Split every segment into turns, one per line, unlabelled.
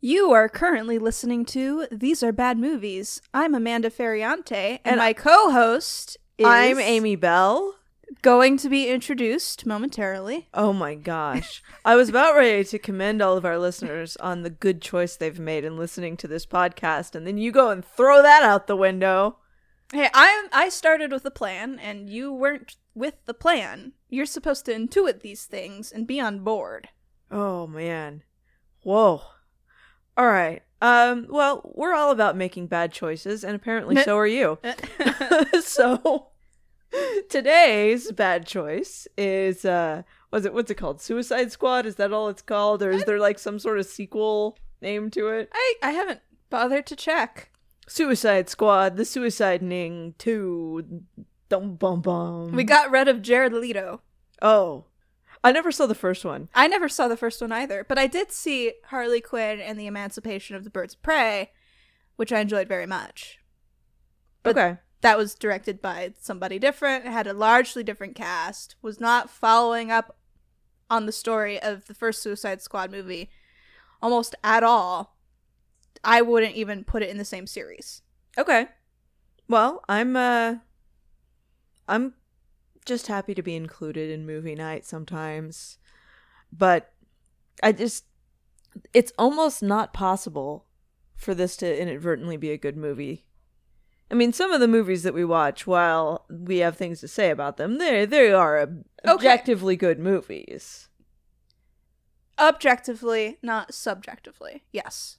You are currently listening to These Are Bad Movies. I'm Amanda Ferriante, and my co host is
I'm Amy Bell.
going to be introduced momentarily.
Oh my gosh. I was about ready to commend all of our listeners on the good choice they've made in listening to this podcast, and then you go and throw that out the window.
Hey, I I started with a plan, and you weren't with the plan. You're supposed to intuit these things and be on board.
Oh man. Whoa. All right. Um, well, we're all about making bad choices, and apparently so are you. so today's bad choice is uh was it what's it called? Suicide Squad? Is that all it's called? Or is there like some sort of sequel name to it?
I I haven't bothered to check.
Suicide Squad, The Suicidening 2. Dum bum bum.
We got rid of Jared Leto.
Oh. I never saw the first one.
I never saw the first one either, but I did see Harley Quinn and the Emancipation of the Birds of Prey, which I enjoyed very much. But-
okay.
That was directed by somebody different, had a largely different cast, was not following up on the story of the first Suicide Squad movie almost at all. I wouldn't even put it in the same series.
Okay. Well, I'm uh I'm just happy to be included in movie night sometimes. But I just it's almost not possible for this to inadvertently be a good movie. I mean, some of the movies that we watch, while we have things to say about them, they they are ob-
Okay.
objectively good movies.
Objectively, not subjectively. Yes.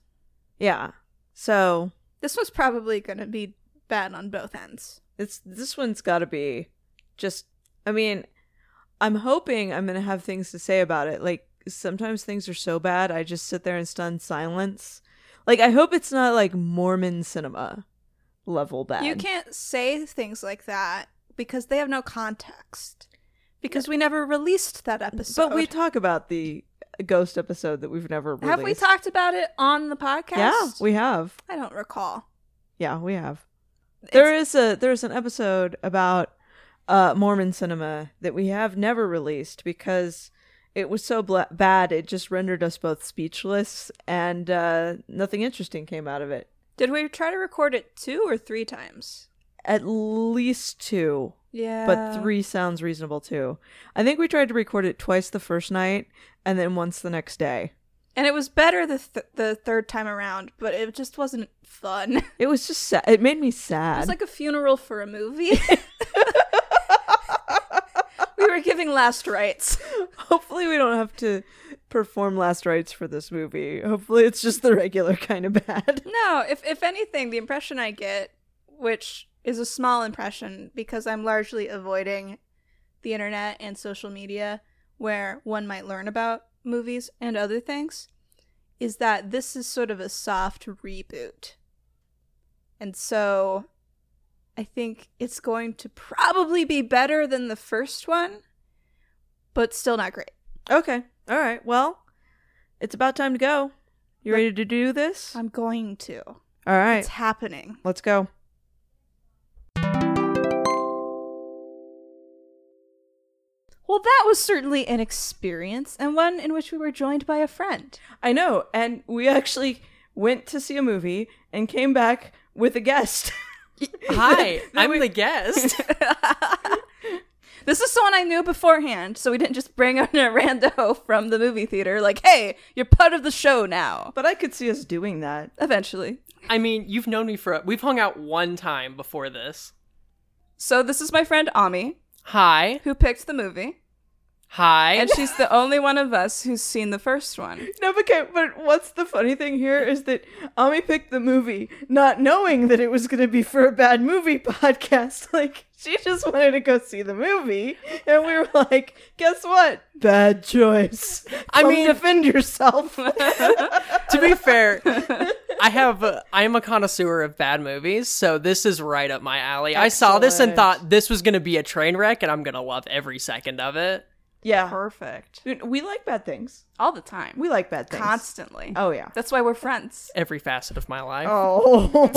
Yeah. So
This was probably going to be bad on both ends.
It's this one's got to be just. I mean, I'm hoping I'm gonna have things to say about it. Like sometimes things are so bad, I just sit there in stunned silence. Like I hope it's not like Mormon cinema level bad.
You can't say things like that because they have no context. Because we never released that episode.
but we talk about the ghost episode that we've never released.
have we talked about it on the podcast?
Yeah, we have.
I don't recall.
Yeah, we have. There is a there's an episode about uh Mormon cinema that we have never released because it was so bla- bad it just rendered us both speechless and uh nothing interesting came out of it.
Did we try to record it two or three times?
At least two,
Yeah.
but three sounds reasonable too. I think we tried to record it twice the first night and then once the next day.
And it was better the th- the third time around, but it just wasn't fun. it
It was just sad. It made me sad.
was like a funeral for a movie. we were giving last rites.
Hopefully, we don't have to perform last rites for this movie. Hopefully, it's just the regular kind of bad.
No, if if anything, the impression I get, which is a small impression because I'm largely avoiding the internet and social media where one might learn about movies and other things, is that this is sort of a soft reboot. And so I think it's going to probably be better than the first one, but still not great.
Okay. All right. Well, it's about time to go. You ready to do this?
I'm going to.
All right.
It's happening.
Let's go.
Well, that was certainly an experience, and one in which we were joined by a friend.
I know. And we actually went to see a movie and came back with a guest.
Hi,
Then
I'm
we-
the guest.
This is someone I knew beforehand, so we didn't just bring on a rando from the movie theater, like, hey, you're part of the show now.
but I could see us doing that.
Eventually.
I mean, you've known me for a- we've hung out one time before this.
So this is my friend Ami,
Hi,
who picked the movie,
hi.
and she's the only one of us who's seen the first one.
No, but, okay, but what's the funny thing here is that Ami picked the movie not knowing that it was going to be for a bad movie podcast. Like, she just wanted to go see the movie. And we were like, guess what? Bad choice.
I
Come
mean-
defend yourself.
to be fair, I have uh, I am a connoisseur of bad movies, so this is right up my alley. I saw this and
Excellent.
thought this was going to be a train wreck, and I'm going to love every second of it.
yeah.
Perfect.
We like bad things.
All the time.
We like bad things.
constantly.
oh, yeah.
That's why we're friends.
Every facet of my life.
Oh.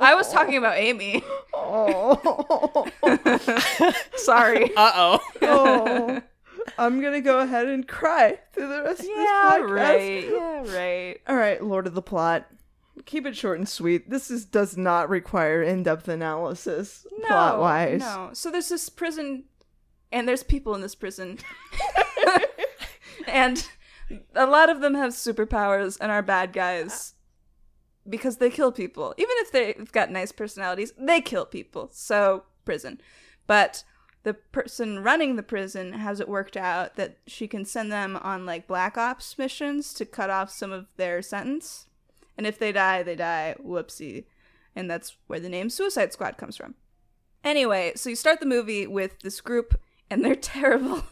I was talking about Amy.
oh.
Sorry.
Uh oh.
oh. I'm gonna go ahead and cry through the rest
yeah,
of this podcast.
right. Yeah, right.
All right, Lord of the Plot. Keep it short and sweet. This is does not require in depth analysis
No,
plot wise.
No. So there's this prison, and there's people in this prison, and a lot of them have superpowers and are bad guys because they kill people. Even if they've got nice personalities, they kill people. So prison, but. The person running the prison has it worked out that she can send them on like black ops missions to cut off some of their sentence. And if they die, they die. Whoopsie. And that's where the name Suicide Squad comes from. Anyway, so you start the movie with this group, and they're terrible,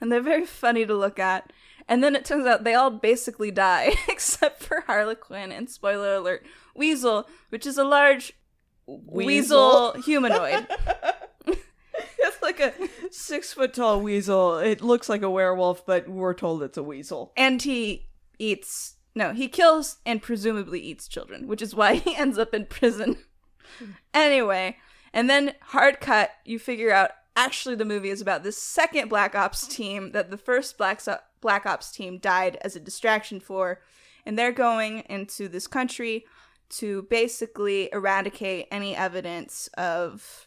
and they're very funny to look at. And then it turns out they all basically die, except for Harlequin and spoiler alert, Weasel, which is a large weasel, humanoid.
It's like a six foot tall weasel. It looks like a werewolf, but we're told it's a weasel.
and he eats, no, he kills and presumably eats children, which is why he ends up in prison. anyway, and then hard cut, you figure out actually the movie is about this second Black Ops team that the first Black, So- Black Ops team died as a distraction for, and they're going into this country to basically eradicate any evidence of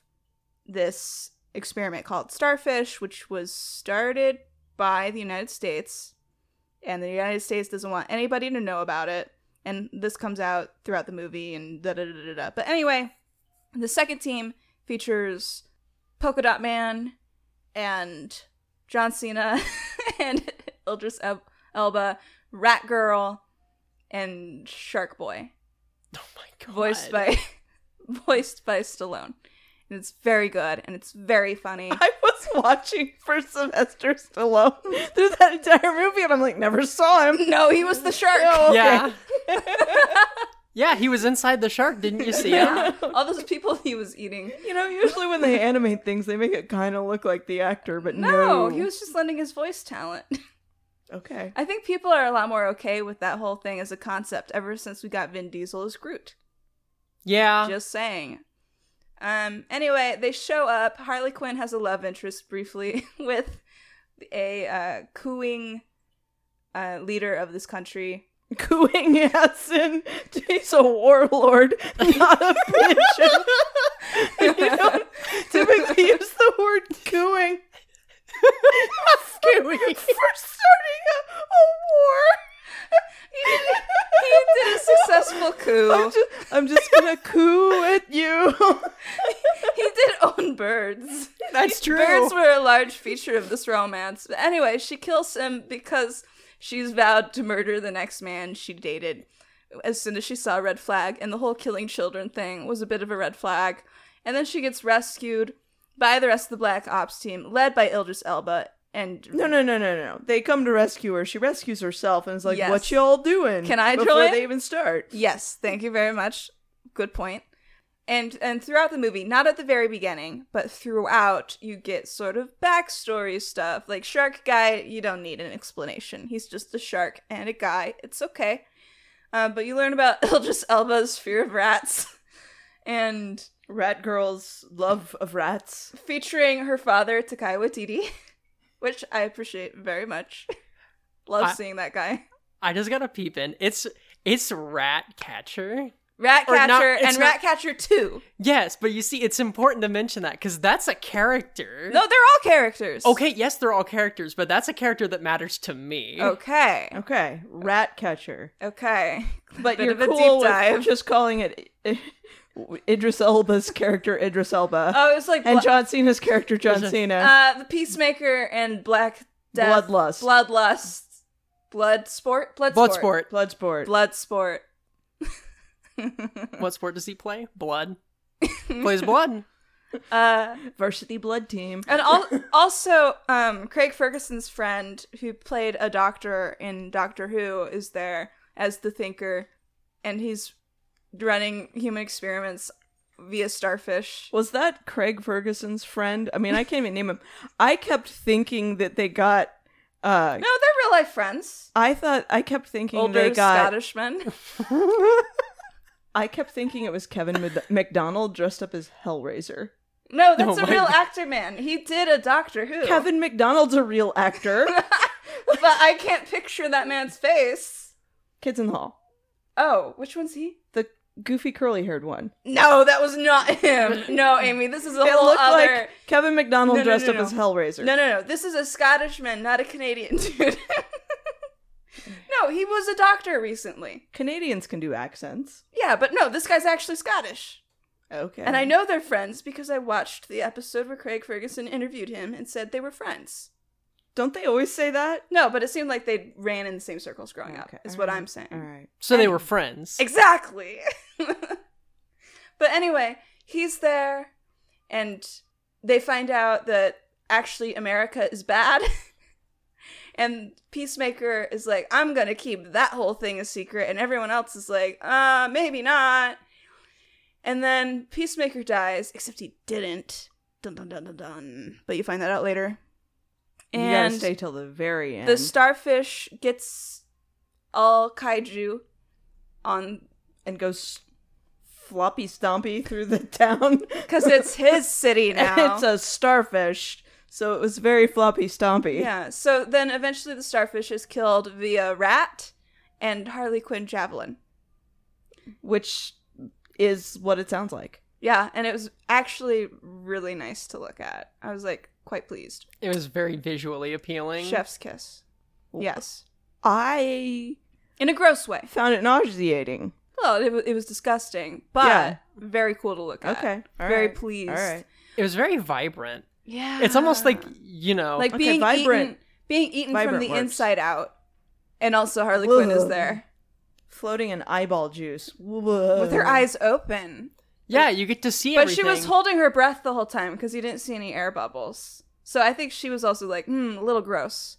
this experiment called Starfish, which was started by the United States, and the United States doesn't want anybody to know about it. And this comes out throughout the movie and da da da da da. But anyway, the second team features Polka Dot Man and John Cena and Idris El- Elba, Rat Girl, and Shark Boy,
Oh my god.
voiced by voiced by Stallone. And it's very good and it's very funny.
I was watching for Sylvester Stallone through that entire movie, and I'm like, never saw him.
no, he was the shark.
No.
Yeah. yeah, he was inside the shark. Didn't you see him?
All those people he was eating.
You know, usually when they animate things, they make it kind of look like the actor, but
No,
no.
he was just lending his voice talent.
okay.
I think people are a lot more okay with that whole thing as a concept ever since we got Vin Diesel as Groot.
Uh.
Yeah.
Just saying. Um. Anyway, they show up. Harley Quinn has a love interest briefly with a uh, cooing uh, leader of this country.
Cooing ass in he's a warlord, not a pigeon. you don't typically use the word cooing. cooing. For starting a, a
He did, he did a successful coup.
war. I'm just, I'm just gonna coo at you.
he did own birds.
That's true.
Birds were a large feature of this romance. But anyway, she kills him because she's vowed to murder the next man she dated as soon as she saw a red flag, and the whole killing children thing was a bit of a red flag. And then she gets rescued by the rest of the Black Ops team, led by Ildris Elba. And
No, no, no, no, no. They come to rescue her. She rescues herself and is like,
Yes.
"What y'all doing?"
Can I
before
join?
they even start?
Yes, thank you very much. Good point. And and throughout the movie, not at the very beginning, but throughout, you get sort of backstory stuff. Like shark guy, you don't need an explanation. He's just a shark and a guy. It's okay. Uh, but you learn about Ildris Elba's fear of rats, and
Rat girl's love of rats.
featuring her father Takai Waititi, which I appreciate very much. Love
I-
seeing that guy.
I just gotta peep in. It's it's rat catcher.
Ratcatcher
Or not- it's
and
not-
Ratcatcher Two.
Yes, but you see, it's important to mention that because that's a character.
No, they're all characters.
Okay, yes, they're all characters, but that's a character that matters to me.
Oh, Okay.
Okay, rat catcher.
Okay.
But
Bit
you're
of a
cool
deep
with
dive.
just calling it I- Idris Elba's character Idris Elba
Oh, it was like
and
bla-
John Cena's character John
There's a-
Cena.
uh, the Peacemaker and Black Death.
Bloodlust,
Bloodlust. Blood sport? Blood
Blood
sport.
sport.
Bloodsport.
Blood sport.
What sport does he play? Blood. Plays blood.
uh,
Varsity Blood Team.
and al- also, um, Craig Ferguson's friend, who played a doctor in Doctor Who, is there as the thinker, and he's running human experiments via starfish.
Was that Craig Ferguson's friend? I mean, I can't even name him. I kept thinking that they got. Uh,
No, they're real life friends.
I thought I kept thinking
Older
they got.
Scottish men.
I kept thinking it was Kevin Mc- McDonald dressed up as Hellraiser.
No, that's
Oh
a
my
real
God.
actor man. He did a Doctor Who.
Kevin McDonald's a real actor.
but I can't picture that man's face.
Kids in the Hall.
Oh, which one's he?
The goofy curly haired one.
No, that was not him. No, Amy, this is a
It
whole
looked
other.
like Kevin McDonald
No, no,
dressed
no,
up
no.
as Hellraiser.
No, no, no. This is a Scottishman, not a Canadian dude. no, he was a doctor recently.
Canadians can do accents.
Yeah, but no, this guy's actually Scottish.
Okay.
And I know they're friends because I watched the episode where Craig Ferguson interviewed him and said they were friends.
don't they always say that?
No, but it seemed like they ran in the same circles growing up,
Okay,
is
all
what
right,
I'm saying.
All right.
So they were friends.
Exactly. but anyway, he's there, and they find out that actually America is bad. and Peacemaker is like, I'm going to keep that whole thing a secret. And everyone else is like, uh, maybe not. And then Peacemaker dies, except he didn't. Dun dun dun dun dun. But you find that out later.
you gotta
And
stay till the very end.
the starfish gets all kaiju on
and goes floppy stompy through the town.
because it's his city now.
it's a starfish, so it was very floppy stompy.
yeah. So then eventually the starfish is killed via rat and Harley Quinn javelin.
Which is what it sounds like.
Yeah, and it was actually really nice to look at. I was like quite pleased.
It was very visually appealing.
Chef's kiss. Yes,
I
in a gross way.
found it nauseating.
Well, it, wa- it was disgusting, but
Yeah.
very cool to look at.
Okay. all
very
right,
pleased.
All right.
It was very vibrant.
Yeah.
It's almost like you know,
like
Okay,
being
vibrant.
eaten, being eaten
Oh. Vibrant
from the
works.
inside out, and also Harley Quinn is
Ugh.
there
Floating in eyeball juice. Whoa.
with her eyes open.
yeah, you get to see.
But she
everything.
was holding her breath the whole time because you didn't see any air bubbles. So I think she was also like, hmm, a little gross,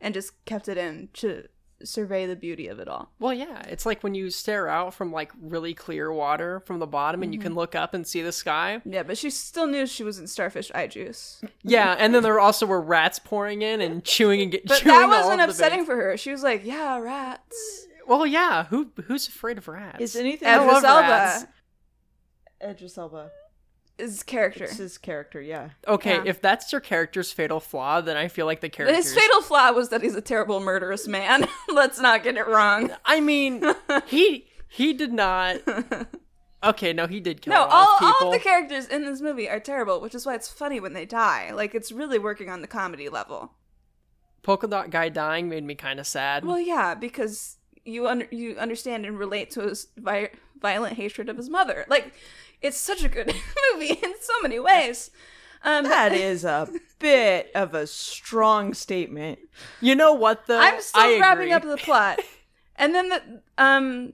and just kept it in to survey the beauty of it all.
Well, yeah, it's like when you stare out from like really clear water from the bottom, and you
Mm-hmm.
can look up and see the sky.
Yeah, but she still knew she was in starfish eye juice.
Yeah, and then there also were rats pouring in and chewing and get,
But
chewing.
that
all
wasn't
of the
upsetting
bait.
for her. She was like, yeah, rats.
Well, yeah, who who's afraid of rats?
Is anything
I
Edris
love rats.
Elba
Idris Elba?
is character.
It's his character, yeah.
okay,
yeah.
if that's your character's fatal flaw, then I feel like the
But
character's
His fatal flaw was that he's a terrible murderous man. Let's not get it wrong.
I mean, he he did not. Okay, no, he did kill a
No,
lot
all,
of people.
all of the characters in this movie are terrible, which is why it's funny when they die. Like, it's really working on the comedy level.
Polka dot guy dying made me kind of sad.
Well, yeah, because you un- you understand and relate to his vi- violent hatred of his mother. Like, it's such a good movie in so many ways. Um,
That is a bit of a strong statement.
you know what though?
I'm still
I
wrapping
agree.
up the plot, and then the um,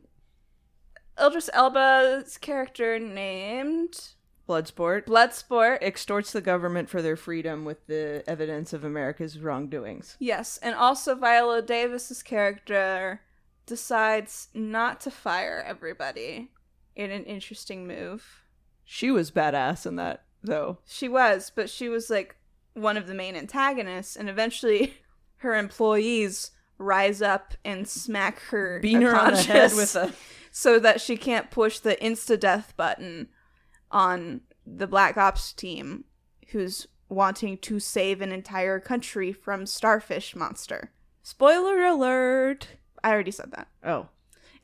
Eldris Elba's character named
Bloodsport
Bloodsport.
extorts the government for their freedom with the evidence of America's wrongdoings.
Yes, and also Viola Davis's character decides not to fire everybody in an interesting move.
She was badass in that, though.
She was, but she was like one of the main antagonists, and eventually her employees rise up and smack her
Being her on the head
unconscious
with a.
so that she can't push the insta death button on the Black Ops team, who's wanting to save an entire country from starfish monster.
Spoiler alert!
I already said that.
Oh,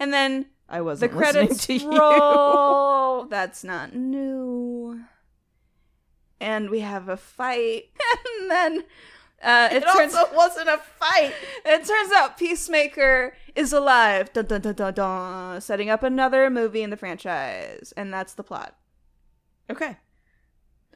And then
I
the
wasn't listening
credits
to you.
roll. That's not new. And we have a fight, and then uh, it, turns
wasn't a fight.
it turns out Peacemaker is alive, dun, dun, dun, dun, dun, setting up another movie in the franchise, and that's the plot.
Okay.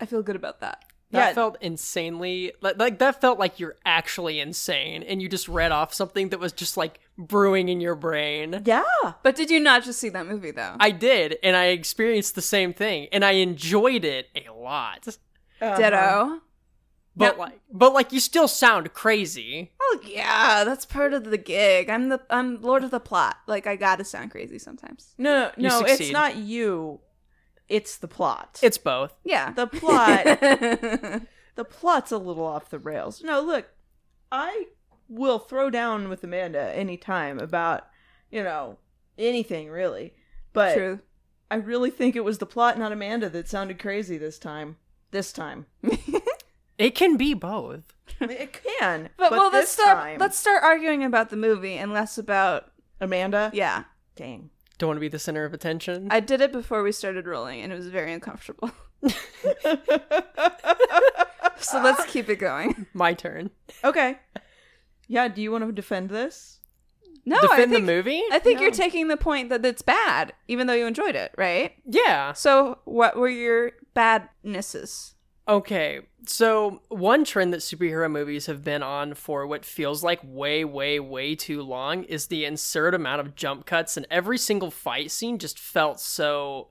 I feel good about that.
That
Yeah.
felt insanely like, like that felt like you're actually insane and you just read off something that was just like brewing in your brain.
Yeah.
But did you not just see that movie though?
I did and I experienced the same thing and I enjoyed it a lot.
Uh-huh.
Ditto.
But like but like you still sound crazy.
Oh yeah, that's part of the gig. I'm the I'm Lord of the Plot. Like I gotta sound crazy sometimes.
No,
You
no, it's
succeed.
not you. It's the plot.
It's both.
Yeah.
the plot. the plot's a little off the rails. No, look, I will throw down with Amanda anytime about, you know, anything really. But
True.
I really think it was the plot, not Amanda, that sounded crazy this time. this time.
It can be both.
I mean, it can.
But, well, let's
this
start.
time,
Let's start arguing about the movie and less about
Amanda.
yeah.
Dang.
Don't want to be the center of attention.
I did it before we started rolling, and it was very uncomfortable. so let's keep it going.
My turn.
Okay. Yeah. Do you want to defend this?
No,
Defend
I think
the movie?
I think you're
No.
taking the point that it's bad, even though you enjoyed it, right?
yeah.
So what were your badnesses?
Okay, so one trend that superhero movies have been on for what feels like way, way, way too long is the insert amount of jump cuts, and every single fight scene just felt so.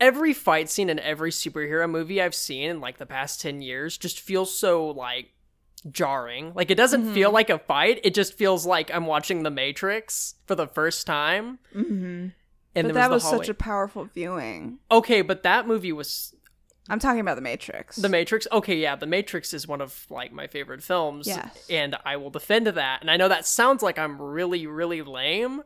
Every fight scene in every superhero movie I've seen in like the past 10 years just feels so like jarring. Like it doesn't feel
Mm-hmm.
like a fight, it just feels like I'm watching The Matrix for the first time.
Mm-hmm.
And
but
there
that was
was, the hallway.
such a powerful viewing.
Okay, but that movie was
I'm talking about The Matrix.
The Matrix. Okay, yeah, The Matrix is one of like my favorite films.
Yes.
And I will defend that. And I know that sounds like I'm really, really lame,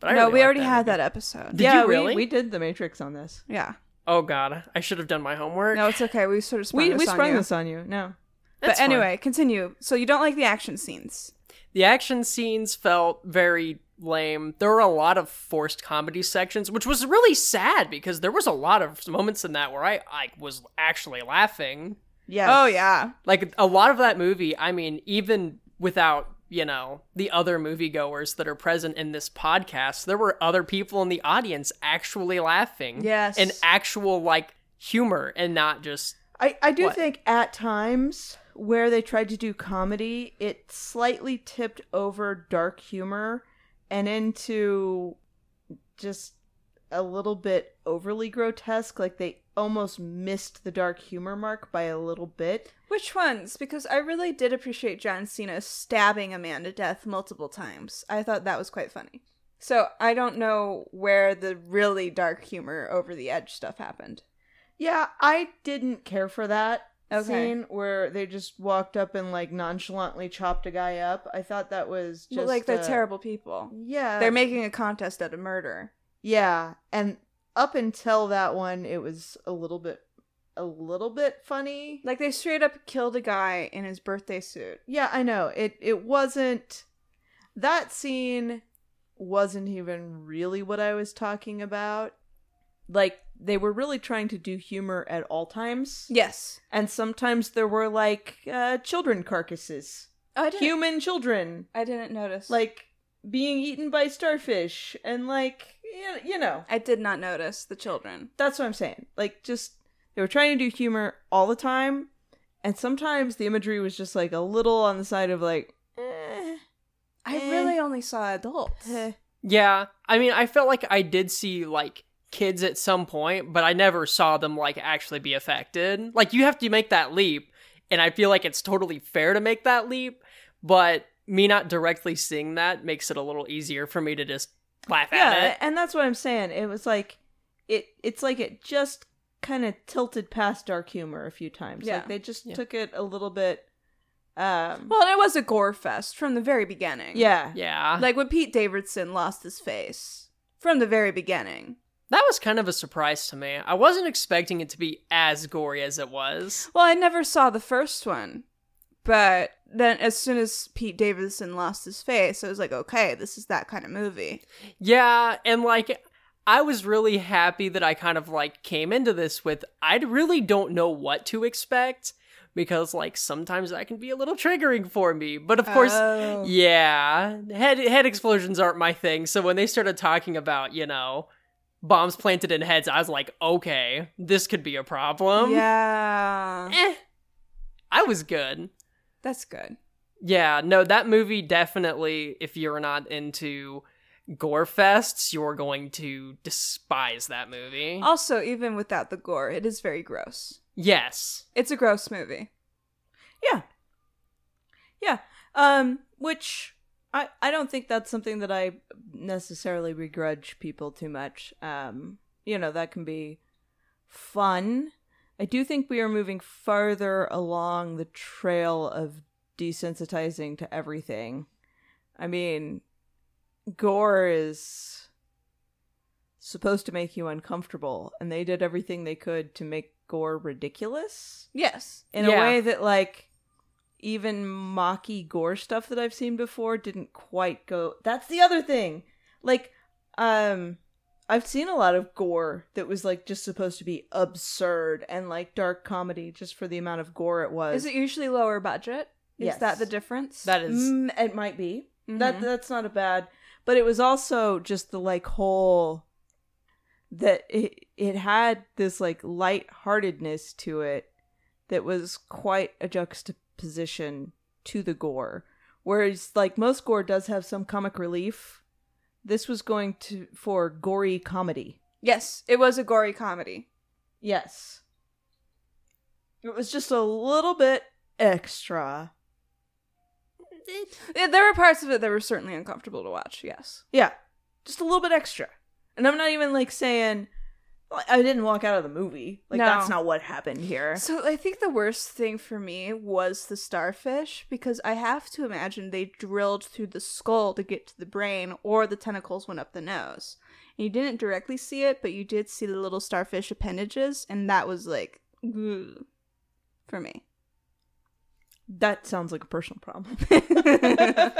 but I
no,
really
we
like
already
that
had
movie.
that episode.
Did
yeah,
you really?
we, we did the Matrix on this.
Yeah.
Oh god, I should have done my homework.
No, it's okay. We sort of sprung
We
this
we
on
sprung
you.
this on you. No.
That's
But
fine.
anyway, continue. So you don't like the action scenes.
the action scenes felt very lame. There were a lot of forced comedy sections, which was really sad because there was a lot of moments in that where I I was actually laughing.
Yes.
Oh yeah.
Like a lot of that movie, I mean, even without, you know, the other moviegoers that are present in this podcast, there were other people in the audience actually laughing.
Yes.
Mm. And actual like humor and not just
I, I do
What?
think at times where they tried to do comedy, it slightly tipped over dark humor and into just a little bit overly grotesque. Like they almost missed the dark humor mark by a little bit.
Which ones? Because I really did appreciate John Cena stabbing a man to death multiple times. I thought that was quite funny. So I don't know where the really dark humor over the edge stuff happened.
Yeah, I didn't care for that
Okay.
scene where they just walked up and like nonchalantly chopped a guy up. I thought that was just
But like they're
uh,
terrible people.
Yeah,
They're making a contest at a murder.
Yeah, and up until that one, it was a little bit, a little bit funny.
Like they straight up killed a guy in his birthday suit.
yeah, I know it. It wasn't that scene wasn't even really what I was talking about. Like they were really trying to do humor at all times,
Yes.
and sometimes there were like uh, children carcasses,
Oh, I didn't.
human children,
I didn't notice.
like being eaten by starfish, and like y- you know.
I did not notice the children.
That's what I'm saying. Like, just they were trying to do humor all the time, and sometimes the imagery was just like a little on the side of like, eh,
I
Eh.
really only saw adults.
eh.
Yeah. I mean, I felt like I did see like kids at some point, but I never saw them like actually be affected. Like you have to make that leap, and I feel like it's totally fair to make that leap, but me not directly seeing that makes it a little easier for me to just laugh at
yeah.
it.
And that's what I'm saying. It was like it. It's like it just kind of tilted past dark humor a few times.
Yeah.
Like they just
Yeah.
took it a little bit. Um.
Well, and it was a gore fest from the very beginning.
yeah.
Yeah.
Like when Pete Davidson lost his face from the very beginning.
that was kind of a surprise to me. I wasn't expecting it to be as gory as it was.
Well, I never saw the first one, but then as soon as Pete Davidson lost his face, I was like, okay, this is that kind of movie.
Yeah, and like I was really happy that I kind of like came into this with I really don't know what to expect because like sometimes that can be a little triggering for me. But of course,
Oh.
yeah, head head explosions aren't my thing. So when they started talking about, you know, bombs planted in heads, I was like, okay, this could be a problem.
Um.
yeah.
Eh, I was good.
That's good.
Yeah, no, that movie definitely, if you're not into gore fests, you're going to despise that movie.
Also, even without the gore, it is very gross.
yes.
It's a gross movie.
Um. Which. I, I don't think that's something that I necessarily begrudge people too much. Um, you know, that can be fun. I do think we are moving farther along the trail of desensitizing to everything. I mean, gore is supposed to make you uncomfortable, and they did everything they could to make gore ridiculous
Yes.
in a
Yeah.
way that like even mocky gore stuff that I've seen before didn't quite go. That's the other thing. Like um I've seen a lot of gore that was like just supposed to be absurd and like dark comedy just for the amount of gore it was.
Is it usually lower budget? Is
Yes.
that the difference?
That is-
Mm, it might be. That
Mhm.
that's not a bad, but it was also just the like whole that it it had this like lightheartedness to it that was quite a juxtaposition to the gore. Whereas like most gore does have some comic relief, this was going to for gory comedy.
yes, it was a gory comedy.
Yes. It was just a little bit extra.
Yeah, There were parts of it that were certainly uncomfortable to watch. Yes.
Yeah, just a little bit extra. And I'm not even like saying like, I didn't walk out of the movie. Like
No.
that's not what happened here.
So I think the worst thing for me was the starfish because I have to imagine they drilled through the skull to get to the brain or the tentacles went up the nose. And you didn't directly see it, but you did see the little starfish appendages and that was like ugh, for me.
That sounds like a personal problem.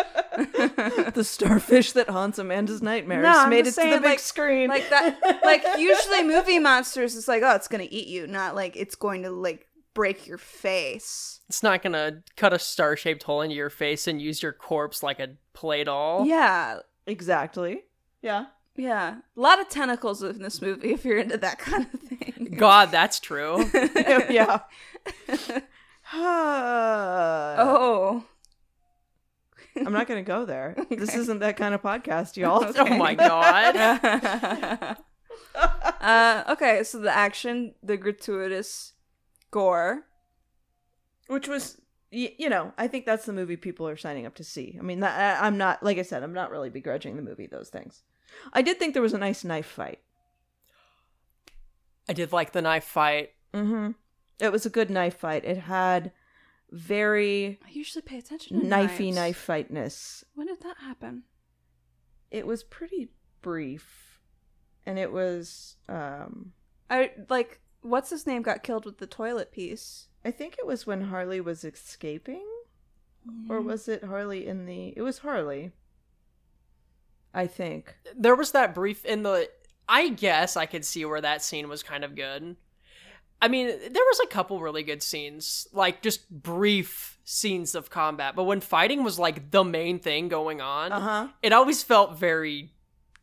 the starfish that haunts Amanda's nightmares
No, I'm
made it
just
to the
saying,
big
like-
screen.
like that like usually movie monsters is like oh it's going to eat you, not like it's going to like break your face.
It's not gonna cut a star shaped hole into your face and use your corpse like a play doll.
Yeah,
exactly. Yeah.
yeah. A lot of tentacles in this movie if you're into that kind of thing.
God, that's true.
yeah. oh,
Oh.
I'm not gonna go there. This isn't that kind of podcast, y'all.
Okay.
oh my god.
uh, okay, so the action, the gratuitous gore.
which was y- you know i think that's the movie people are signing up to see i mean that, I, i'm not like i said i'm not really begrudging the movie those things i did think there was a nice knife fight
I did like the knife fight.
mm-hmm it was a good knife fight it had very
I usually pay attention to
knifey
knives.
knife fightness
When did that happen?
it was pretty brief and it was um
I like what's his name got killed with the toilet piece.
i think it was when harley was escaping or
Mm.
was it harley in the it was harley i think
There was that brief in the I guess I could see where that scene was kind of good. I mean, there was a couple really good scenes, like just brief scenes of combat, but when fighting was like the main thing going on,
uh-huh
it always felt very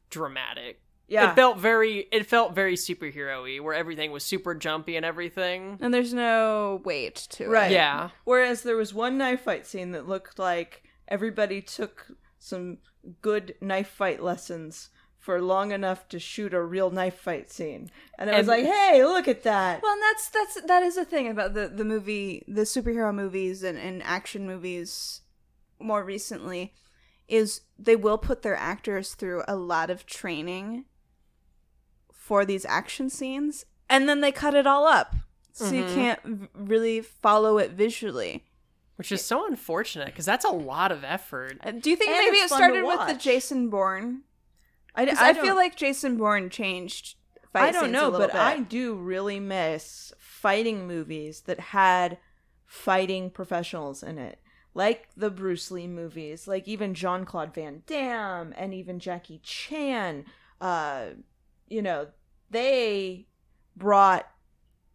dramatic.
yeah
It felt very it felt very superhero-y where everything was super jumpy and everything.
And there's no weight to it.
Right.
Yeah.
Whereas there was one knife fight scene that looked like everybody took some good knife fight lessons for long enough to shoot a real knife fight scene. And I was
And-
like, hey, look at that.
Well, and that's that's that is a thing about the the movie, the superhero movies and, and action movies more recently is they will put their actors through a lot of training for these action scenes and then they cut it all up. So you
Mhm.
can't v- really follow it visually.
Which is so unfortunate because that's a lot of effort.
Uh, Do you think
And
maybe
it's
it
fun to
started with the
watch.
Jason Bourne?
I,
'Cause I, feel like Jason Bourne changed fight
I don't
scenes a
know,
little
but
bit.
I do really miss fighting movies that had fighting professionals in it. Like the Bruce Lee movies, like even Jean Claude Van Damme and even Jackie Chan. Uh, you know, they brought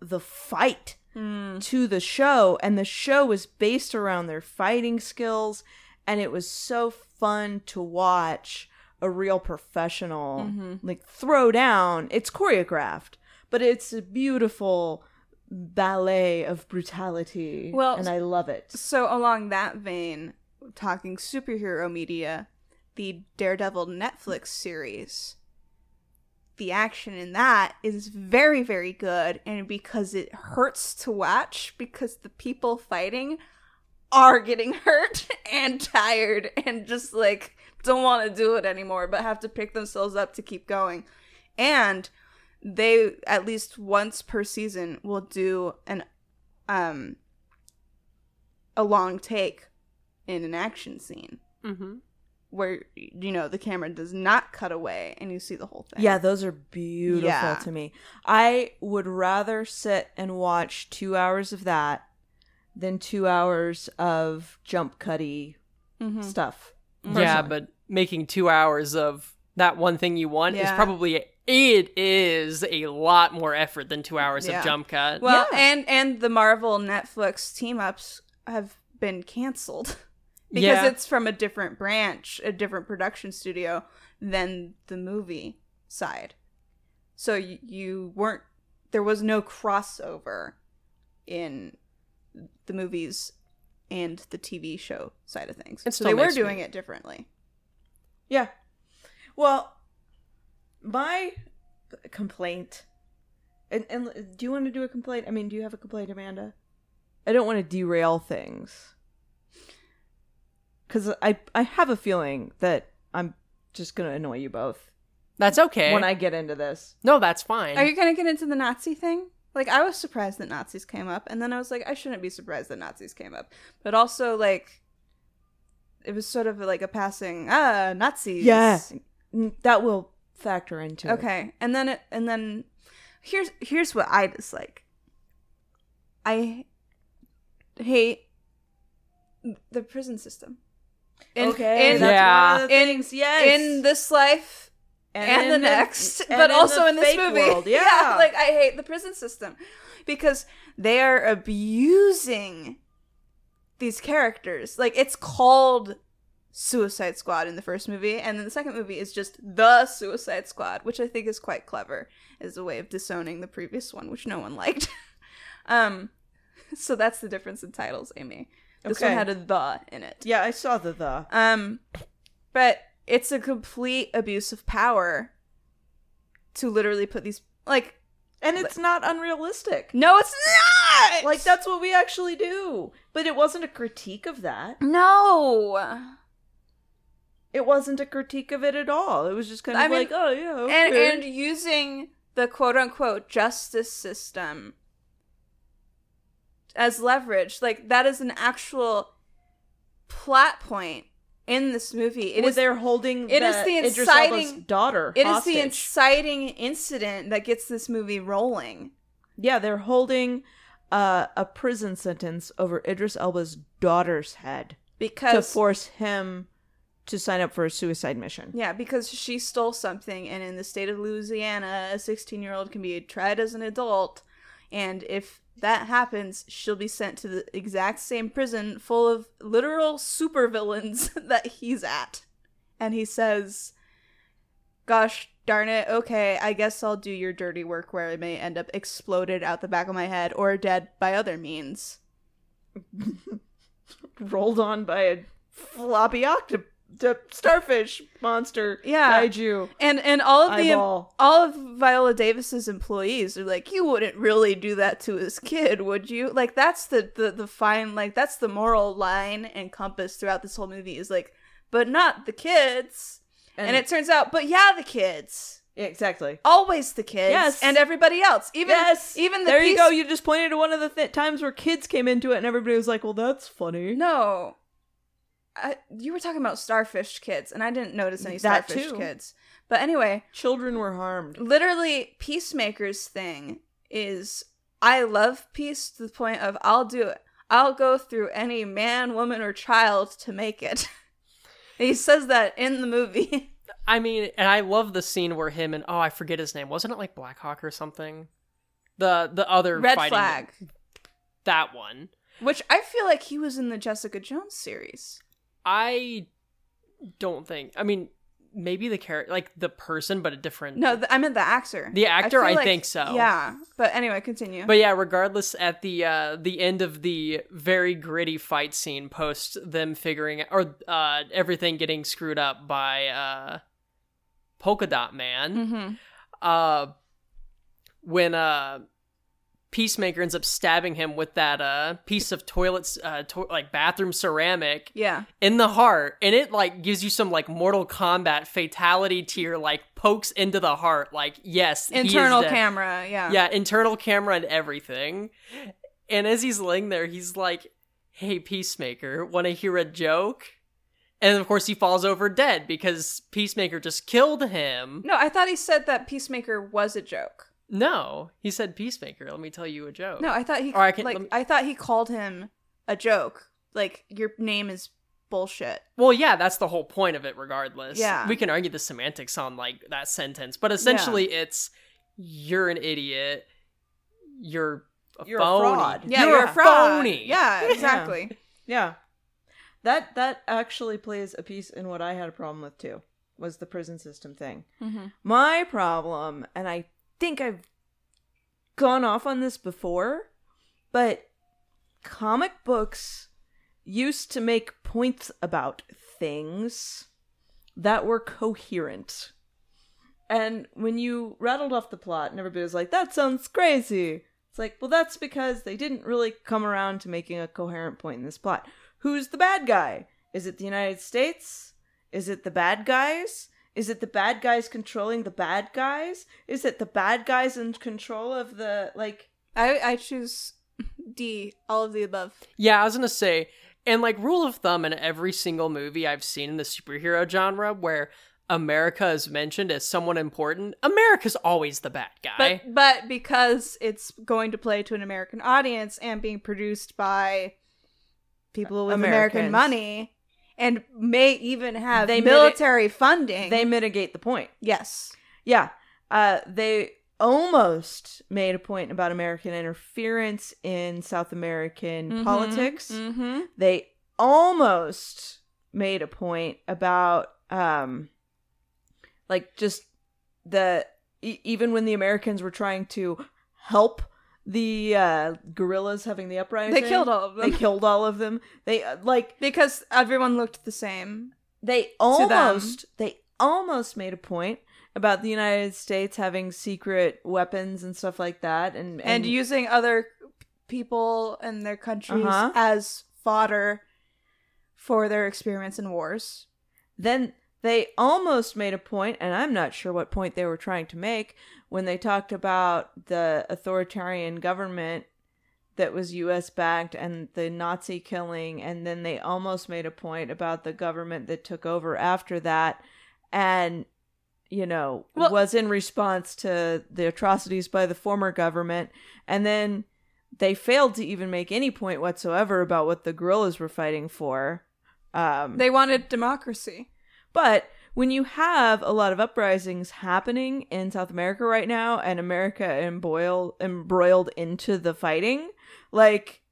the fight
Mm.
to the show, and the show was based around their fighting skills, and it was so fun to watch a real professional
Mhm.
like throw down. It's choreographed, but it's a beautiful ballet of brutality.
Well,
and I love it.
So, along that vein, talking superhero media, the Daredevil Netflix series, the action in that is very, very good. And because it hurts to watch, because the people fighting are getting hurt and tired and just like don't want to do it anymore, but have to pick themselves up to keep going. And they at least once per season will do an um a long take in an action scene
Mm-hmm.
where you know the camera does not cut away and you see the whole thing.
Yeah, those are beautiful
Yeah.
to me. I would rather sit and watch two hours of that than two hours of jump cutty
Mhm.
Mm-hmm.
stuff.
Yeah,
Personally.
but making two hours of that one thing you want is
Yeah.
probably it is a lot more effort than two hours
Yeah.
of jump cut.
Well,
Yeah.
and and the Marvel Netflix team ups have been canceled because
Yeah.
it's from a different branch, a different production studio than the movie side. So you, you weren't there was no crossover in the movies and the TV show side of things.
It
so
still
they were
makes me-
doing it differently.
Yeah. Well, my complaint, and, and do you want to do a complaint? I mean, do you have a complaint, Amanda? I don't want to derail things because I I have a feeling that I'm just gonna annoy you both
that's
Eh.
okay.
when I get into this.
no, that's fine.
Are you going to get into the Nazi thing? Like, I was surprised that Nazis came up, and then I was like, I shouldn't be surprised that Nazis came up. But also, like, it was sort of like a passing, ah, Nazis.
Yeah, n- that will factor into it.
Okay. And then, it, and then, here's here's what I dislike. I hate the prison system. In-
okay,
in-
that's
Yeah.
one of the
in-
things. yes,
in this life, and, the
in
next,
and
but also
the
in this
fake
movie.
world, Yeah,
like I hate the prison system because they are abusing these characters. Like it's called Suicide Squad in the first movie, and then the second movie is just the Suicide Squad, which I think is quite clever as a way of disowning the previous one, which no one liked. um, so that's the difference in titles, Amy. This
Okay.
one had a the in it.
yeah, I saw the the.
Um, but it's a complete abuse of power to literally put these like
And it's not unrealistic.
no, it's not
Like that's what we actually do. But it wasn't a critique of that.
No,
It wasn't a critique of it at all. It was just kind of
I mean,
like, oh yeah,
and
okay.
and using the quote unquote justice system as leverage, like that is an actual plot point in this movie. It
Where
is
they're holding
it is
that
the
Idris
inciting-
Elba's daughter.
it is
hostage.
the inciting incident that gets this movie rolling.
yeah, they're holding uh, a prison sentence over Idris Elba's daughter's head to
Because
force him to sign up for a suicide mission.
Yeah, because she stole something, and in the state of Louisiana, a 16 year old can be tried as an adult, and if that happens, she'll be sent to the exact same prison full of literal supervillains that he's at. And he says, Gosh darn it, okay, I guess I'll do your dirty work where I may end up exploded out the back of my head or dead by other means.
Rolled on by a floppy octop the starfish monster.
Yeah.
kaiju
And and all of the
eyeball.
all of Viola Davis's employees are like, you wouldn't really do that to his kid, would you? Like that's the the, the fine like that's the moral line and compass throughout this whole movie is like, but not the kids. And, it turns out, but yeah, the kids.
exactly.
Always the kids.
Yes.
And everybody else. Even
yes,
even the
there you
peace-
go. You just pointed to one of the th- times where kids came into it, and everybody was like, "Well, that's funny."
No. I, you were talking about starfish kids, and I didn't notice any
That
starfish
too.
kids. But anyway,
Children were harmed.
literally peacemaker's thing is i love peace to the point of i'll do it i'll go through any man woman or child to make it he says that in the movie
I mean, and I love the scene where him and oh, I forget his name. Wasn't it like Blackhawk or something? The the other
red
fighting-
flag
that one.
which i feel like he was in the jessica jones series
I don't think. I mean, maybe the character, like the person, but a different.
no th- i meant the actor
The actor?
feel
I think so.
yeah but anyway continue
But yeah, regardless, at the uh, the end of the very gritty fight scene, post them figuring or uh, everything getting screwed up by uh, Polka Dot Man,
Mhm.
uh, when uh, Peacemaker ends up stabbing him with that uh, piece of toilet, uh, to- like bathroom ceramic
yeah
in the heart, and it like gives you some like Mortal Kombat fatality tier, like pokes into the heart, like yes, he is
internal
dead
camera yeah
yeah internal camera and everything and as he's laying there he's like hey peacemaker want to hear a joke And of course, he falls over dead because Peacemaker just killed him.
No, I thought he said that Peacemaker was a joke.
No, he said Peacemaker. Let me tell you a joke.
No, I thought he
Or I can-
like
let me-
I thought he called him a joke. Like your name is bullshit.
Well, yeah, that's the whole point of it, regardless.
Yeah.
We can argue the semantics on like that sentence, but essentially it's you're an idiot. You're a
You're a
phony.
fraud.
Yeah,
you're, a
fraud.
phony.
Yeah, exactly.
Yeah. That that actually plays a piece in what I had a problem with too, was the prison system thing.
Mhm.
My problem, and I think I've gone off on this before, but comic books used to make points about things that were coherent. And when you rattled off the plot and everybody was like, that sounds crazy, it's like, well, that's because they didn't really come around to making a coherent point in this plot. Who's the bad guy? Is it the United States? Is it the bad guys? Is it the bad guys controlling the bad guys? Is it the bad guys in control of the, like,
I I choose D, all of the above.
Yeah, I was gonna say, and like rule of thumb in every single movie I've seen in the superhero genre where America is mentioned as someone important, America's always the bad guy.
But but because it's going to play to an American audience and being produced by people with American
Americans.
money and may even have
They made it-
military funding.
they mitigate the point.
yes.
Yeah. Uh, they almost made a point about American interference in South American politics.
Mm-hmm.
They almost made a point about, um, like, just the e- even when the Americans were trying to help the uh, guerrillas having the uprising,
They killed all of them.
They killed all of them. They uh, like
because everyone looked the same.
they
them.
almost they almost made a point about the United States having secret weapons and stuff like that and
and, using other people and their countries
Uh-huh.
as fodder for their experiments in wars.
then they almost made a point and I'm not sure what point they were trying to make when they talked about the authoritarian government that was US backed and the Nazi killing and then they almost made a point about the government that took over after that and you know
Well-
was in response to the atrocities by the former government and then they failed to even make any point whatsoever about what the guerrillas were fighting for um
They wanted democracy.
but when you have a lot of uprisings happening in South America right now and America embroiled, embroiled into the fighting, like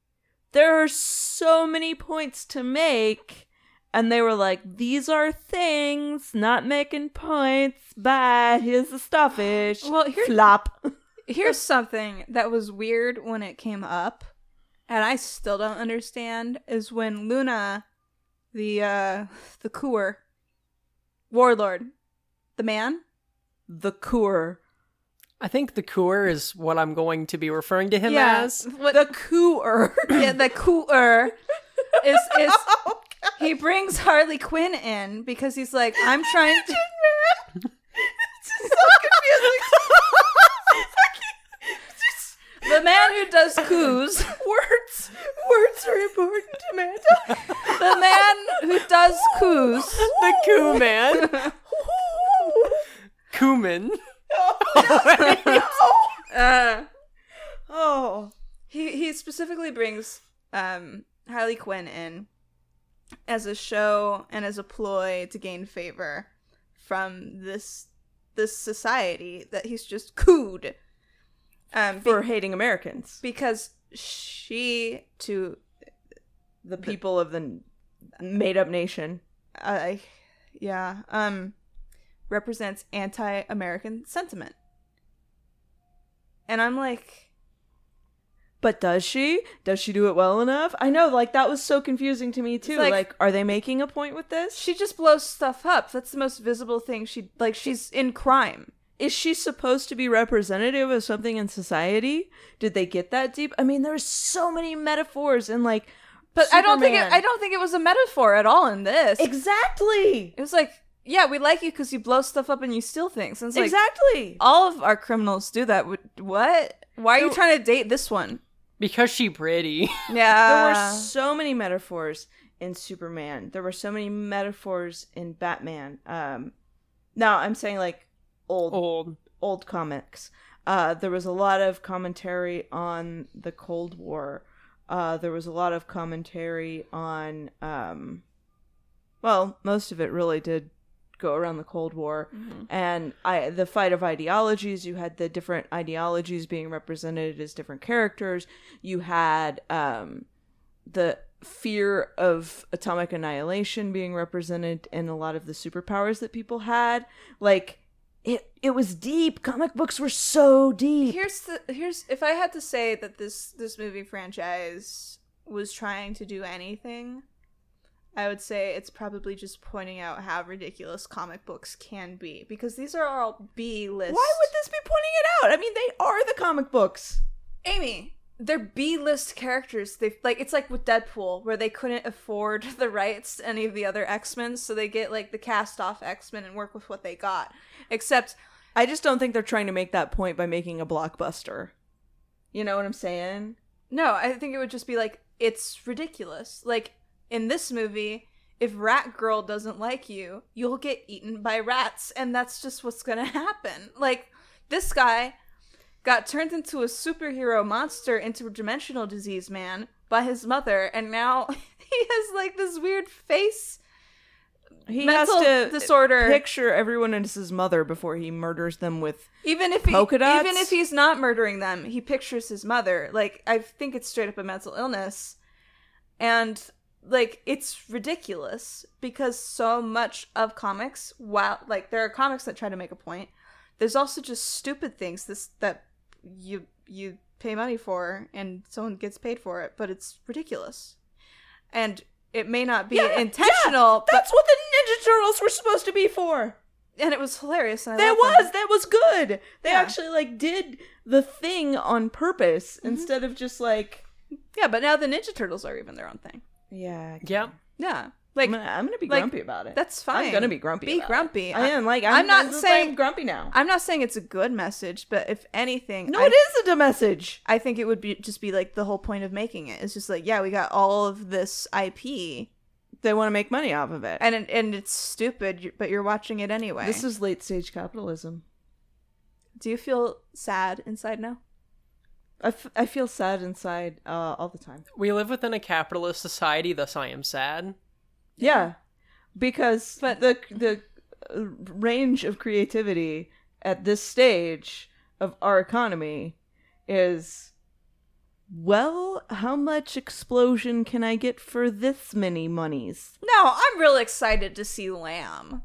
there are so many points to make. And they were like, these are things, not making points, but here's the stuffish.
Well, here-
Flop.
Here's something that was weird when it came up, and I still don't understand is when Luna, the uh the cooer, warlord, the man,
the coor.
I think the cooer is what I'm going to be referring to him as.
what,
The coor.
yeah, the cooer is is he brings Harley Quinn in because he's like, I'm trying to. The man who does coups,
words words are important to Amanda.
the man who does coups,
The coo man. Cooman.
uh,
oh.
he he specifically brings um Harley Quinn in as a show and as a ploy to gain favor from this this society that he's just cooed. Um, be-
For hating Americans.
because she to
The people of the made up nation.
I yeah, um represents anti-American sentiment. And I'm like,
But does she? Does she do it well enough? I know, like that was so confusing to me too.
like-
Like, are they making a point with this?
she just blows stuff up. That's the most visible thing she like she's in crime.
Is she supposed to be representative of something in society? Did they get that deep? I mean, there's so many metaphors and like
But I don't think it,
Superman.
I don't think it was a metaphor at all in this.
Exactly.
it was like, yeah, we like you because you blow stuff up and you steal things. And it's like
exactly.
all of our criminals do that. Wh- What? Why are you trying to date this one?
Because she pretty.
Yeah,
there were so many metaphors in Superman. There were so many metaphors in Batman. Um, now I'm saying like old
Old.
old comics. Uh, there was a lot of commentary on the Cold War. Uh, there was a lot of commentary on, um, well, most of it really did go around the Cold War
Mm-hmm.
and I, the fight of ideologies. You had the different ideologies being represented as different characters. You had um, the fear of atomic annihilation being represented in a lot of the superpowers that people had. Like it, it was deep. Comic books were so deep.
Here's the here's if I had to say that this this movie franchise was trying to do anything, I would say it's probably just pointing out how ridiculous comic books can be because these are all B list.
Why would this be pointing it out? I mean, they are the comic books.
Amy? They're B list characters. They like it's like with Deadpool where they couldn't afford the rights to any of the other X Men, so they get like the cast off X Men and work with what they got. Except
I just don't think they're trying to make that point by making a blockbuster. You know what I'm saying?
No, I think it would just be like it's ridiculous. Like in this movie, if Rat Girl doesn't like you, you'll get eaten by rats, and that's just what's gonna happen. Like this guy got turned into a superhero monster interdimensional disease man by his mother, and now he has like this weird face
He
mental
has to
disorder.
picture everyone as his mother before he murders them with
even if he,
polka dots?
even if he's not murdering them, he pictures his mother. Like I think it's straight up a mental illness, and like it's ridiculous because so much of comics, while like there are comics that try to make a point, there's also just stupid things this that you you pay money for and someone gets paid for it, but it's ridiculous, and it may not be intentional,
That's what the Ninja Turtles were supposed to be for.
but and it was hilarious. And I
That
love them.
was that was good. They
Yeah.
actually like did the thing on purpose
Mm-hmm.
instead of just like
yeah, but now the Ninja Turtles are even their own thing.
yeah.
Yeah.
Yeah, like.
I'm gonna, I'm gonna be
like,
grumpy about it.
That's fine.
I'm gonna be grumpy.
Be
about it.
grumpy.
I am like I'm,
I'm not
this is why
saying-
I'm grumpy now.
I'm not saying it's a good message, but if anything,
no,
I,
it is a message.
I think it would be just be like the whole point of making it. It's just like, yeah, we got all of this IP,
They want to make money off of it.
and it- and it's stupid, you- but you're watching it anyway.
This is late stage capitalism.
Do you feel sad inside now?
I, f- I feel sad inside uh, all the time.
We live within a capitalist society, thus I am sad.
Yeah, because the the uh, range of creativity at this stage of our economy is well, how much explosion can I get for this many monies?
No, I'm real excited to see Lamb.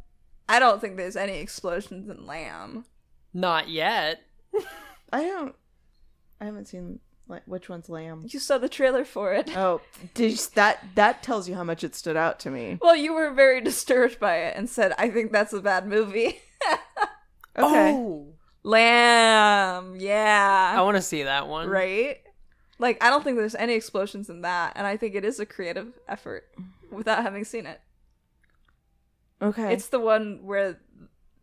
I don't think there's any explosions in Lamb.
Not yet.
I don't. I haven't seen like which one's lamb.
You saw the trailer for it.
Oh, did you- that that tells you how much it stood out to me.
Well, you were very disturbed by it and said, "I think that's a bad movie."
Okay.
Oh,
Lamb, yeah.
I want to see that one.
right? Like, I don't think there's any explosions in that, and I think it is a creative effort without having seen it.
Okay.
It's the one where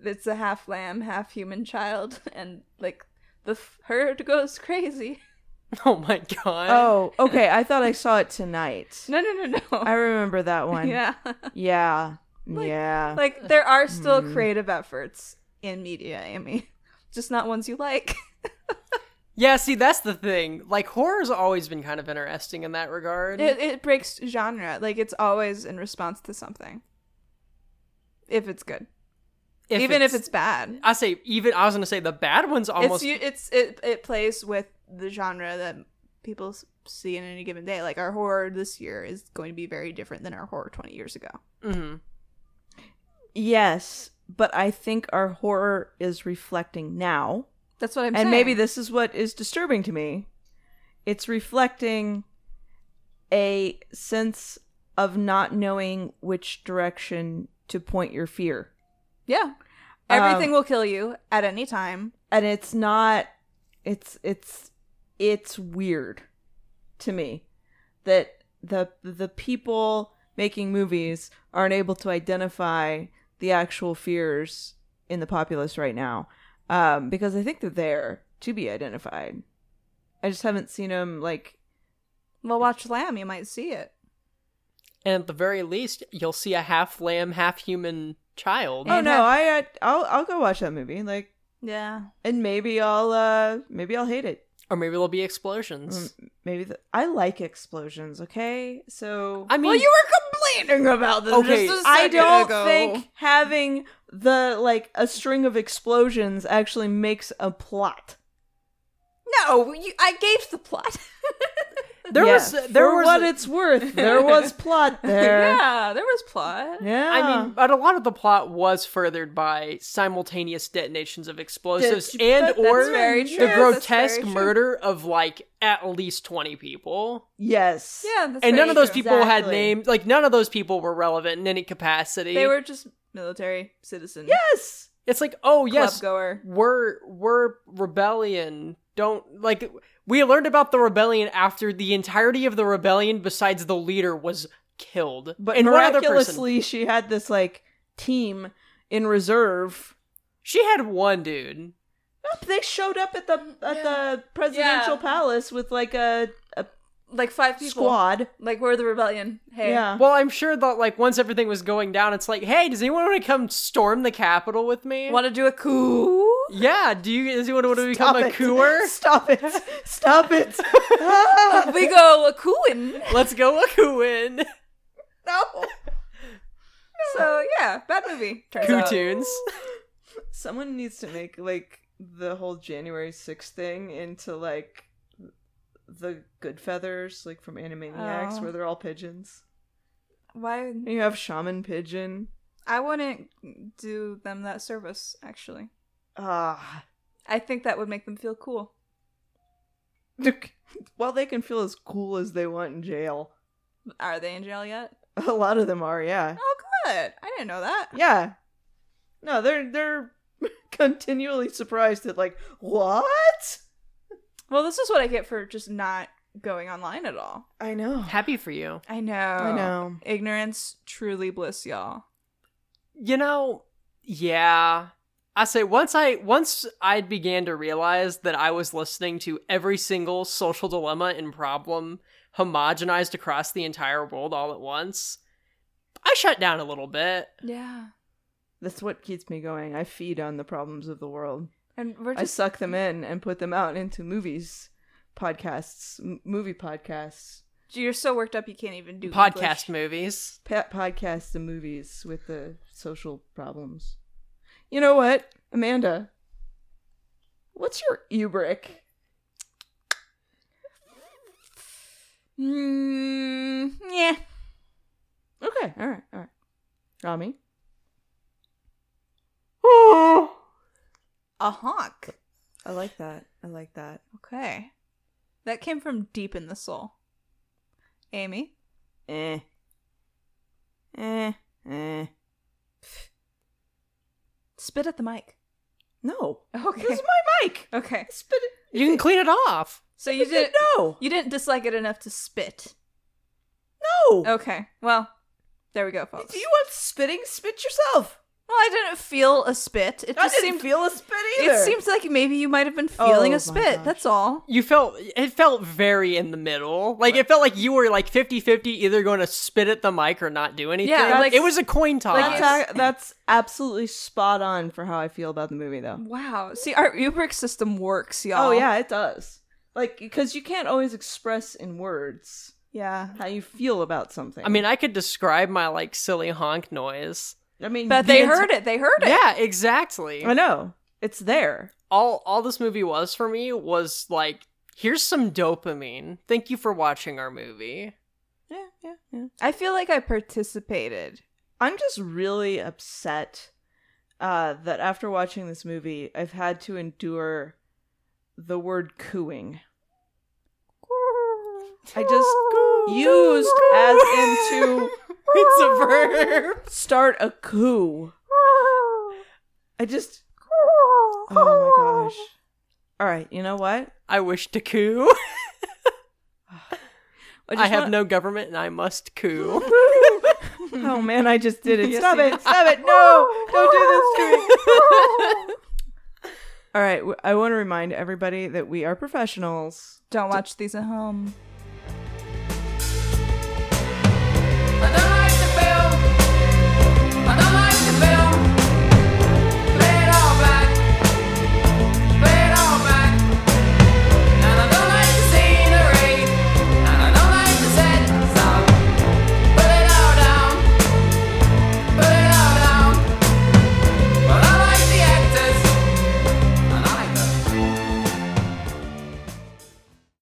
it's a half lamb, half human child, and like the f- herd goes crazy.
Oh my god.
oh, okay. I thought I saw it tonight.
No, no, no, no.
I remember that one.
yeah,
Yeah.
Like-
yeah.
like there are still
Hmm.
creative efforts in media, Amy, just not ones you like.
Yeah, see, that's the thing. Like, horror's always been kind of interesting in that regard.
It, it breaks genre. Like it's always in response to something. If it's good, even if it's bad.
I say, even, I was going to say, the bad one's
it's
almost.
u- it's it, it plays with the genre that people s- see in any given day like our horror this year is going to be very different than our horror 20 years ago
Mhm.
yes, but I think our horror is reflecting now.
that's what i'm
and
saying
maybe this is what is disturbing to me. It's reflecting a sense of not knowing which direction to point your fear.
yeah everything will kill you at any time
And it's not it's it's it's weird to me that the the people making movies aren't able to identify the actual fears in the populace right now um, because I think they're there to be identified. I just haven't seen them like
well watch lamb you might see it
and at the very least, you'll see a half lamb, half human child.
Oh
And
no,
have-
I uh, I'll I'll go watch that movie. Like,
Yeah.
and maybe I'll uh maybe I'll hate it.
Or maybe there'll be explosions.
Mm, Maybe the, I like explosions. Okay, so
I mean,
well, you were complaining about this.
Okay,
just a
I
second
don't
ago.
think having the like a string of explosions actually makes a plot.
No, you, I gave the plot.
there
Yeah,
was there
for
was
what it's worth. There was plot there.
yeah, there was plot.
Yeah.
I mean, but a lot of the plot was furthered by simultaneous detonations of explosives
That's-
and
that- that's
or
very
the
true. That's very
grotesque
true.
murder of like at least 20 people.
yes.
Yeah, that's
and none
very
of those
true.
people had
Exactly.
names. Like none of those people were relevant in any capacity.
They were just military citizens.
Yes.
It's like, "Oh,
club
yes,
goer.
we're we're rebellion. Don't like we learned about the rebellion after the entirety of the rebellion besides the leader was killed.
But
and one other person.
miraculously, she had this like team in reserve.
She had one dude.
Nope, they showed up at the at
Yeah.
the presidential
Yeah.
palace with like a, a
Like five people.
squad.
Like we're the rebellion. Hey.
Yeah.
Well, I'm sure that like once everything was going down, it's like, hey, does anyone want to come storm the Capitol with me?
Want to do a coup?
Yeah, do you? Does anyone want to become a
it.
cooer?
Stop it. Stop it. Ah!
we go a cooing.
Let's go a cooing.
No. So yeah, bad movie. Turns
Coo
out.
tunes.
Someone needs to make like the whole January 6th thing into like the good feathers like from Animaniacs
Oh.
where they're all pigeons.
Why?
And you have shaman pigeon.
I wouldn't do them that service. Actually,
Ah.
I think that would make them feel cool.
Well, they can feel as cool as they want in jail.
Are they in jail yet?
A lot of them are, yeah.
Oh, good. I didn't know that.
Yeah. No, they're they're continually surprised at like, "What?"
Well, this is what I get for just not going online at all.
I know.
Happy for you.
I know.
I know.
Ignorance truly bliss, y'all.
You know, yeah. I say once I once I began to realize that I was listening to every single social dilemma and problem homogenized across the entire world all at once. I shut down a little bit.
Yeah.
That's what keeps me going. I feed on the problems of the world.
And we're
I
just
suck them in and put them out into movies, podcasts, m- movie podcasts,
you're so worked up you can't even do English.
Podcast movies.
pet podcasts, and movies with the social problems. You know what, Amanda? What's your ubrick?
Mm, yeah.
Okay, all right, all right. Rami,
A honk.
I like that. I like that.
Okay. That came from deep in the soul. Amy?
eh, eh, eh.
Spit at the mic.
No,
Oh, Okay.
this is my mic.
Okay.
Spit it.
You can clean it off.
So you did
No,
you didn't dislike it enough to spit.
no.
Okay. Well, there we go, folks.
Oh. Do you want spitting? Spit yourself.
Well, I didn't feel a spit. It
I
just
didn't
seemed
feel a spit either.
It seems like maybe you might have been feeling
Oh my
a spit.
gosh.
That's all.
You felt it felt very in the middle. Like it felt like you were like 50-50 either going to spit at the mic or not do anything.
Yeah,
like
like-
it was a coin toss.
Like, ta- that's absolutely spot on for how I feel about the movie, though.
Wow. See, our rubric system works, y'all.
Oh yeah, it does. Like because you can't always express in words
Yeah.
how you feel about something.
I mean, I could describe my like silly honk noise.
I mean,
But
the
they
enti-
heard it. They heard it.
Yeah, exactly.
I know it's there.
All all this movie was for me was like, here's some dopamine. Thank you for watching our movie.
Yeah, yeah, yeah.
I feel like I participated.
I'm just really upset uh, that after watching this movie, I've had to endure the word cooing. I just used as into
It's a verb.
start a coup. I just. Oh my gosh. All right, you know what?
I wish to coo. I,
just
have
want-
no government and I must coo.
Oh man, I just did it.
Yes,
Stop
you
it.
did.
Stop it. No. Don't do this to me. All right, w- I want to remind everybody that we are professionals.
Don't watch these at home.